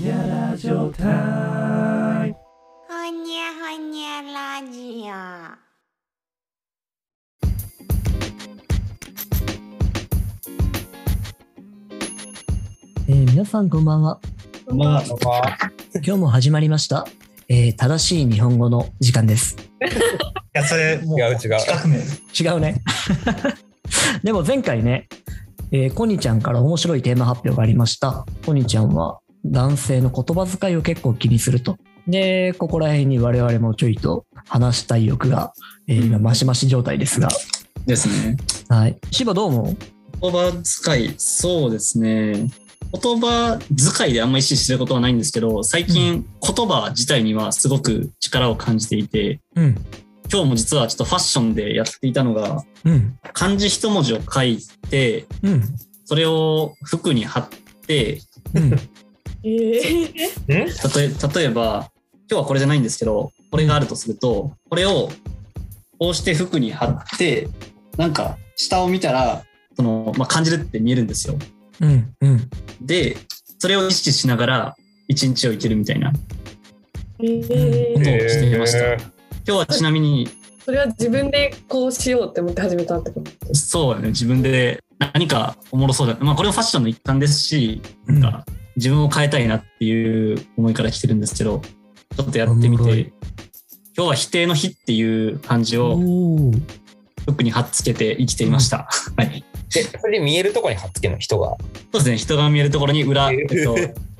ジオタイムほにゃほにゃラジオ。えー皆さんこんば んは。まあ、今日も始まりました。えー正しい日本語の時間でいす。や、それ、もう、違う違う企画名。違うね。 でも前回ね、えーコニちゃんから面白いテーマ発表がありました。コニちゃんは男性の言葉遣いを結構気にすると。で、ここら辺に我々もちょいと話したい欲が、えー今マシマシ状態ですが。ですね。はい。芝どう思う言葉遣い、そうですね。言葉遣いであんま意識してることはないんですけど、最近、言葉自体にはすごく力を感じていて、うん。今日も実はちょっとファッションでやっていたのが、うん。漢字一文字を書いて、うん。それを服に貼って、うん。たとえ例えば、今日はこれじゃないんですけど、これがあるとすると、これをこうして服に貼って、なんか下を見たら、その、まあ、感じるって見えるんですよ。うん。うん。で、それを意識しながら、一日を生きるみたいなことえをー、していました。え今日はちなみに、それは自分でこうしようって思って始めたってことそうだね、自分で何かおもろそうだ。まあ、これもファッションの一環ですし、なんか、自分を変えたいなっていう思いから来てるんですけど、ちょっとやってみおもろいて、今日は否定の日っていう漢字を おー服に貼っつけて生きていました。はい。ーで、それで見えるところに貼っつけるの、人が。そうですね、人が見えるところに裏、ええっと、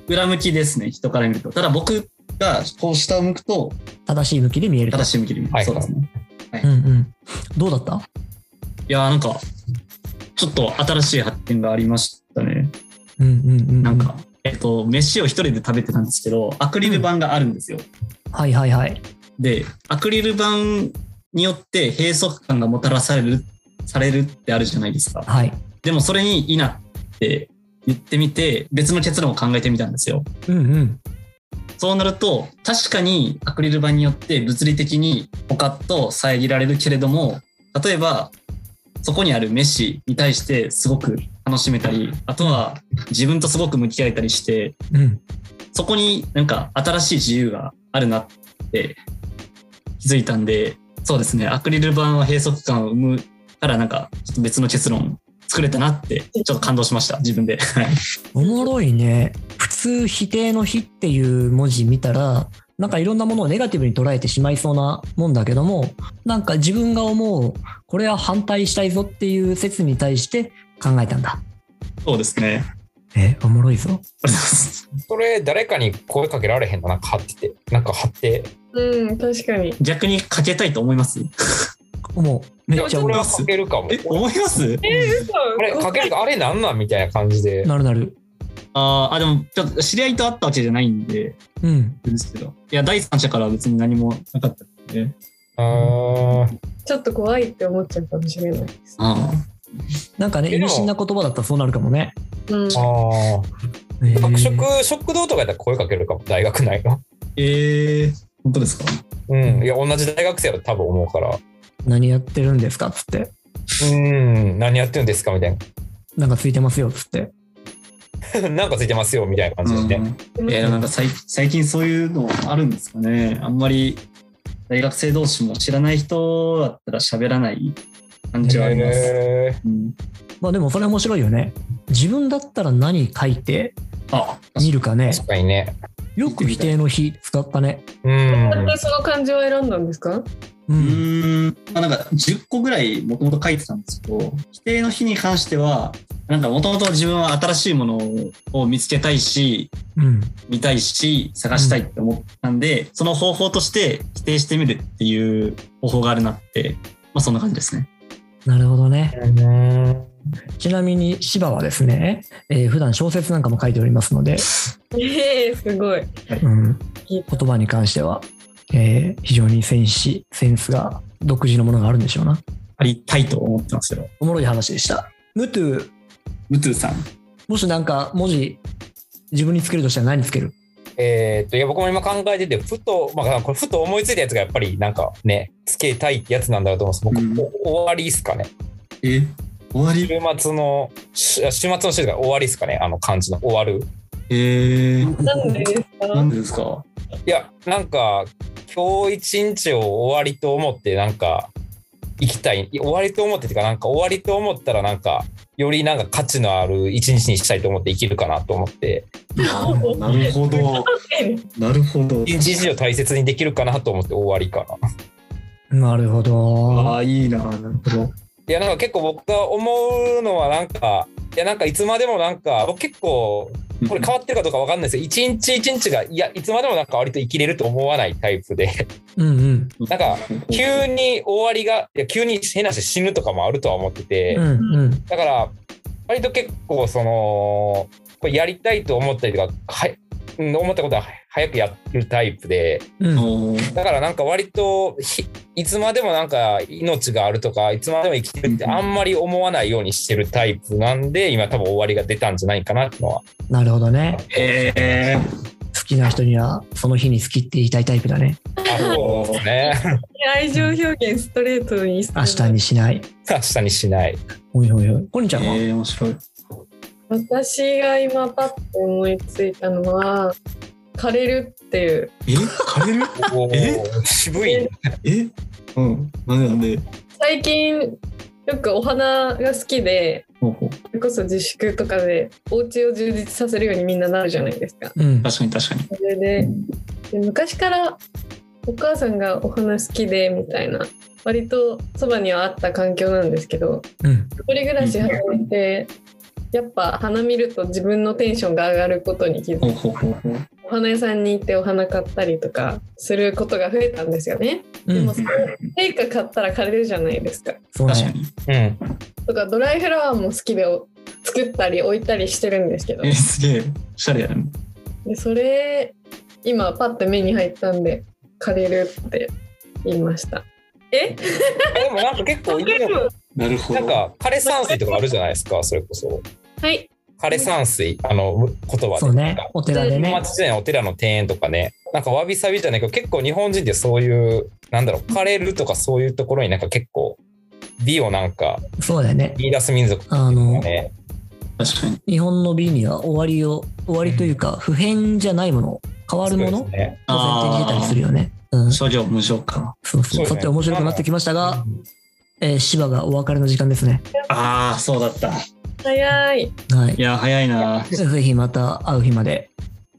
裏向きですね、人から見ると。ただ僕がこう下を向くと、正しい向きで見えると。正しい向きで見る。はいそうですね。うんうん。どうだったいやーなんか、ちょっと新しい発見がありましたね。うんうんうん。なんか、えっと、飯を一人で食べてたんですけど、アクリル板があるんですよ。はいはいはい。で、アクリル板によって閉塞感がもたらされる、されるってあるじゃないですか。はい。でもそれにいいなって言ってみて、別の結論を考えてみたんですよ。うんうん。そうなると、確かにアクリル板によって物理的に他と遮られるけれども、例えば、そこにある飯に対してすごく楽しめたり、あとは自分とすごく向き合えたりして、うん。そこになんか新しい自由があるなって気づいたんで、そうですね、アクリル板は閉塞感を生むからなんかちょっと別の結論作れたなって、ちょっと感動しました、自分で。はいおもろいね。普通、否定の否っていう文字見たら、なんかいろんなものをネガティブに捉えてしまいそうなもんだけども、なんか自分が思う、これは反対したいぞっていう説に対して考えたんだ。そうですね。え、おもろいぞ。ありがとうございます。それ、誰かに声かけられへんの、なんか貼ってて。なんか貼って。うん確かに逆にかけたいと思いますもう、めっちゃおも俺ろ。はいかけるかも。え、思います嘘あれ、かけるか、あれなんなんみたいな感じで。なるなる。あーあ、でも、ちょっと知り合いと会ったわけじゃないんで、うん。ですけど。いや、第三者からは別に何もなかったんで。うーん。ちょっと怖いって思っちゃうかもしれないです、あなんかね、で意も味深な言葉だったらそうなるかもね。うん、あえあ。食、食堂とかやったら声かけるかも。大学内の。ええー、本当ですかうん。いや、同じ大学生やと多分思うから。何やってるんですかっつって。うん。何やってるんですかみたいなんかついてますよっつって。な。 なんかついてますよみたいな感じでね。うんいや、なんか最最近そういうのあるんですかね。あんまり大学生同士も知らない人だったら喋らない感じはあります。へーうん、まあでもそれ面白いよね。自分だったら何書いてあ、見るかね。確かにね。よく否定の日使ったね。うん。 なんでその漢字を選んだんですかうう。ーん、まあ、なんか10個ぐらいもともと書いてたんですけど、否定の日に関しては、なんかもともと自分は新しいものを見つけたいし、うん。見たいし、探したいって思ったんで、その方法として否定してみるっていう方法があるなって、まあそんな感じですね。なるほどね。うんちなみに芝はですね、えー普段小説なんかも書いておりますので、ええすごいうん、言葉に関しては、えー非常にセンシ、センスが独自のものがあるんでしょうな。ありたいと思ってますよ。おもろい話でした。ムトゥ、ムトゥさん。もしなんか文字、自分につけるとしたら何つけるえーっと、いや、僕も今考えてて、ふと、まあ、これふと思いついたやつがやっぱりなんかね、つけたいってやつなんだろうと思うんです。僕、うお終わりですかね。え終わ週末の、し週末の週が終わりですかね。あの漢字の終わる。へえ。なんでですなかんでですかいやなんか今日一日を終わりと思ってなんか行きたいい終わりと思ってっていうかなんか終わりと思ったらなんかよりなんか価値のある一日にしたいと思って生きるかなと思って なるほど。なるほど。一日を大切にできるかなと思って終わりかな。なるほど。ああ、いいな。なるほど。いやなんか結構僕が思うのはなんかいやなんかいつまでもなんか僕結構これ変わってるかどうかわかんないですよ一日一日がいやいつまでもなんか割と生きれると思わないタイプでうんうん。なんか急に終わりがいや急に変な話死ぬとかもあるとは思っててうんうん。だから割と結構そのこれやりたいと思ったりとかはいうん思ったことは早くやるタイプでうんおーだからなんか割とひいつまでもなんか命があるとかいつまでも生きてるってあんまり思わないようにしてるタイプなんで今多分終わりが出たんじゃないかなっていうの はなるほどね。へえ。好きな人にはその日に好きって言いたいタイプだね。あそうですね愛情表現ストレートに明日にしない。明日にしないおいおいおい。コニちゃんは、ええ、面白い。私が今パッと思いついたのは枯れるっていうえ枯れるおーえ渋いえうん。なんでなんで最近よくお花が好きでほうほうそれこそ自粛とかでお家を充実させるようにみんななるじゃないですか。うん。確かに確かに。それでで昔からお母さんがお花好きでみたいな割とそばにはあった環境なんですけどうん。一人暮らし始めてやっぱ花見ると自分のテンションが上がることに気づいてほうほうほうほう。お花屋さんに行ってお花買ったりとかすることが増えたんですよね。うでもん。その成果買ったら枯れるじゃないですか。そう確かね。に。うんとかドライフラワーも好きでお作ったり置いたりしてるんですけどえ、すげえ。おしゃれやね。でそれ今パッて目に入ったんで枯れるって言いました。えでもなんか結構いいのなるほなど。んか枯山水とかあるじゃないですかそれこそはい枯山水あの言葉そうでなんねか。お寺で室ね。町時代のお寺の庭園とかねなんかわびさびじゃないけど結構日本人ってそういうなんだろう枯れるとかそういうところになんか結構美をなんかそうだよね。見出す民族とかあの、ね確かに。日本の美には終わりを、終わりというか、普遍じゃないもの、変わるものそうをです前ね提にしてたりするよね。うん。そ諸行無償か。うそう。そさうねて、面白くなってきましたが、えー、芝がお別れの時間ですね。ああ、そうだった。早いはいい。や、早いな。ぜひまた会う日まで。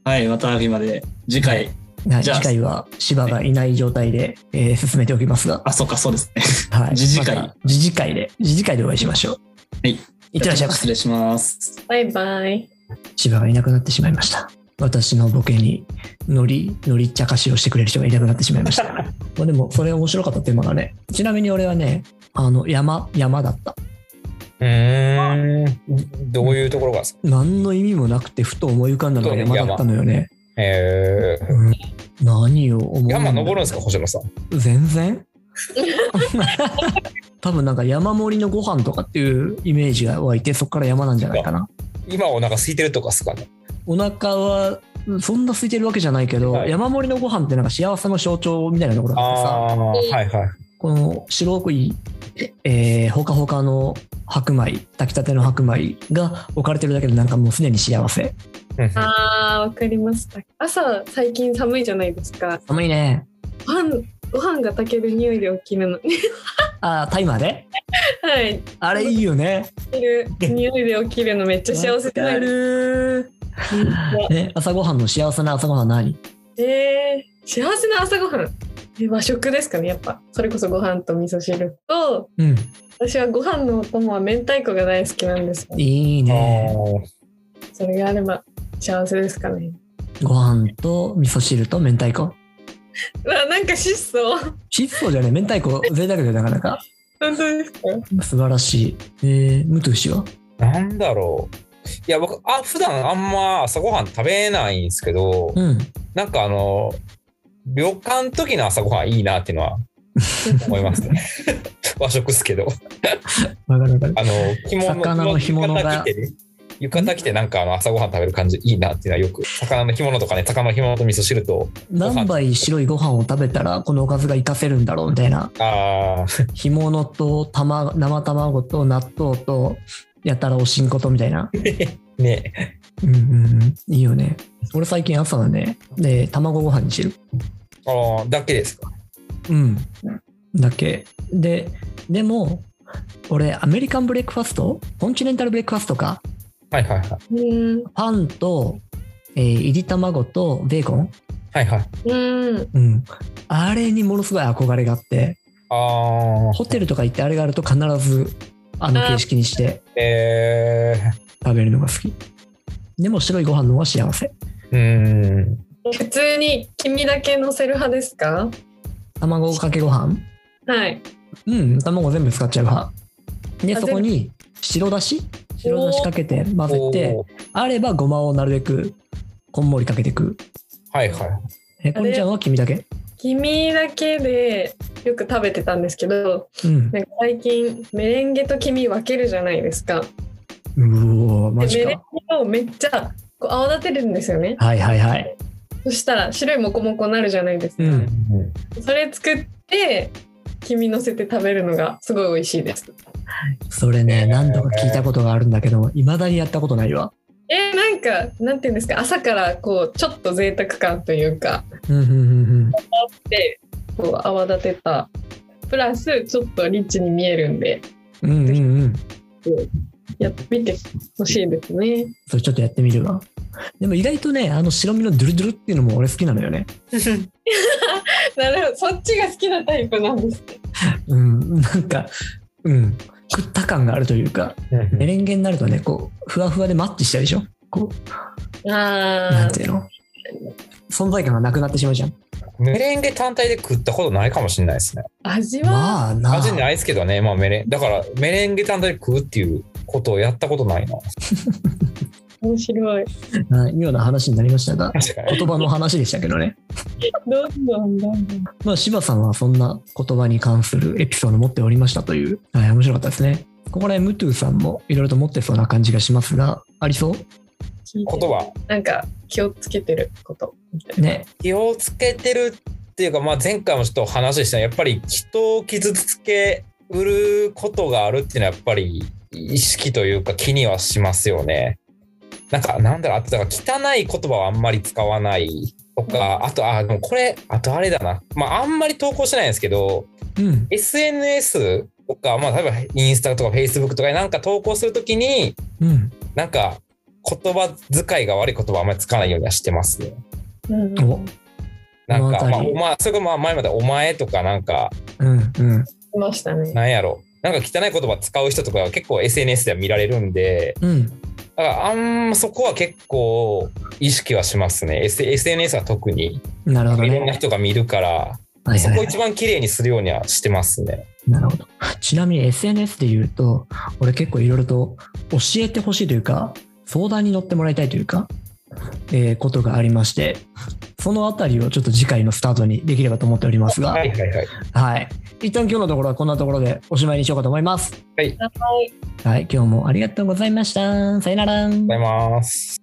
はい、また秋まで。次回。はい、じゃあ次回は芝がいない状態で、えー進めておきますが、あ、そうか、そうですね。はい、自治会また自治会で自治会でお会いしましょう。はい、いってらっしゃいま 失せ。礼します。バイバイ。芝がいなくなってしまいました。私のボケにノリノリ茶化しをしてくれる人がいなくなってしまいま した。まあでもそれ面白かったテーマがね。ちなみに俺はね、あの山山だった。うーんどういうところがですか何の意味もなくてふと思い浮かんだのが山だったのよね。えーうん、何を思うんだ山登るんですか星野さん全然 多分なんか山盛りのご飯とかっていうイメージが湧いてそこから山なんじゃないかな今お腹空いてるとかですかねお腹はそんな空いてるわけじゃないけど、はい山盛りのご飯ってなんか幸せの象徴みたいなところあだってさあはいはいこの白くい、えーほかほかの白米炊きたての白米が置かれてるだけでなんかもうすでに幸せうんあーわかりました。朝最近寒いじゃないですか。寒いねご飯ご飯が炊ける匂いで起きるの。 あータイマーではい。あれいいよね起きる匂いで起きるのめっちゃ幸せじゃないですわかるね朝ごはんの幸せな朝ごはん何か。えー、幸せな朝ごはん。え和食ですかねやっぱそれこそご飯と味噌汁とうん私はご飯のお供は明太子が大好きなんですよいいあね。ーそれがあれば幸せですかねご飯と味噌汁と明太子。うわなんか質素質素じゃね、明太子贅沢でなかなか。本当ですか素晴らしい。えー、ムトゥシはなんだろういや僕あ普段あんま朝ごはん食べないんですけど、うん。なんかあの、旅館の時の朝ごはんいいなっていうのは思います ね。和食っすけど。わかるわかる。あの、着物魚の干物が浴衣着てね、浴衣着てなんかあの朝ごはん食べる感じいいなっていうのはよく、魚の干物とかね、魚の干物と味噌汁と、何杯白いご飯を食べたらこのおかずが活かせるんだろうみたい な。あー干物と玉生卵と納豆とやたらおしんことみたいな。ね、うんうんうん。いいよね。俺最近朝はね、で、卵ご飯にしてる。ああ、だけですか。うん。だけ。で、でも、俺、アメリカンブレックファストコンチネンタルブレックファストか。はいはいはい。うん。パンと、えー、いり卵とベーコン。はいはい。うん。うん。あれにものすごい憧れがあって、あホテルとか行ってあれがあると必ず、あの形式にしてあ、え食べるのが好き。でも白いご飯の方が幸せ。ー、うーん。普通に君だけ乗せる派ですか卵かけご飯はい。うん、卵全部使っちゃう派。で、あそこに白だし白だしかけて混ぜて、おーあればごまをなるべくこんもりかけてく。はいはい。え、こんちゃんは君だけ君だけでよく食べてたんですけど、うん。なんか最近メレンゲと君分けるじゃないですか。うおー、でマメジレンか。ゲをめっちゃこう泡立てるんですよね。はいはいはい。そしたら白いモコモコになるじゃないですか。うん。うんそれ作って君乗せて食べるのがすごい美味しいです。それね、何度か聞いたことがあるんだけど、いまだにやったことないわ。えーなんかなんていうんですか朝からこうちょっと贅沢感というかうんうんうんでこう泡立てたプラスちょっとリッチに見えるんでうん。うんうんうん。やってみてほしいですね。それちょっとやってみるわ。でも意外とね、あの白身のドゥルドゥルっていうのも俺好きなのよね。 なるほどそっちが好きなタイプなんですね。うん、なんか、うん、食った感があるというか、メレンゲになるとね、こう、ふわふわでマッチしちゃうでしょこう、なあんていうの存在感がなくなってしまうじゃん。メレンゲ単体で食ったことないかもしれないですね。あ味はまあな味ないですけどね、まあメレン、だからメレンゲ単体で食うっていうことをやったことないな。面白い。はいような話になりましたが、確かに。言葉の話でしたけどね。どんどんどんどん。まあ、柴さんはそんな言葉に関するエピソードを持っておりましたという、はい、面白かったですね。ここら辺、ムトゥさんもいろいろと持ってそうな感じがしますが、ありそ言言葉。なんか気をつけてることみたいうな。ね。気をつけてるっていうか、まあ、前回もちょっと話でしたねやっぱり人を傷つけうることがあるっていうのはやっぱり意識というか気にはしますよね。なんかなんだろうあとだから汚い言葉はあんまり使わないとか、あとあでもこれあとあれだなまああんまり投稿してないんですけどうん。 SNS とかまあ例えばインスタとか Facebook とかになんか投稿するときにうん。なんか言葉遣いが悪い言葉はあんまり使わないようにはしてますね。うんお、なんか、このま辺あ、りお前、それがまあ前までお前とか、なんか、うん、うん。いましたね。なんやろ。なんか汚い言葉使う人とかは結構 SNS では見られるんで、うん。だからあんまそこは結構意識はしますね。S、SNS は特に。なるほどいろんね。な人が見るから、はいそはいこは一番綺麗にするようにはしてますね。い。なるほど。ちなみに SNS で言うと、俺結構いろいろと教えてほしいというか、相談に乗ってもらいたいというか、えーことがありまして、そのあたりをちょっと次回のスタートにできればと思っておりますが、はいはいはい。はい。一旦今日のところはこんなところでおしまいにしようかと思います。はいはい。はい、今日もありがとうございました。さよなら。ありがとうございます。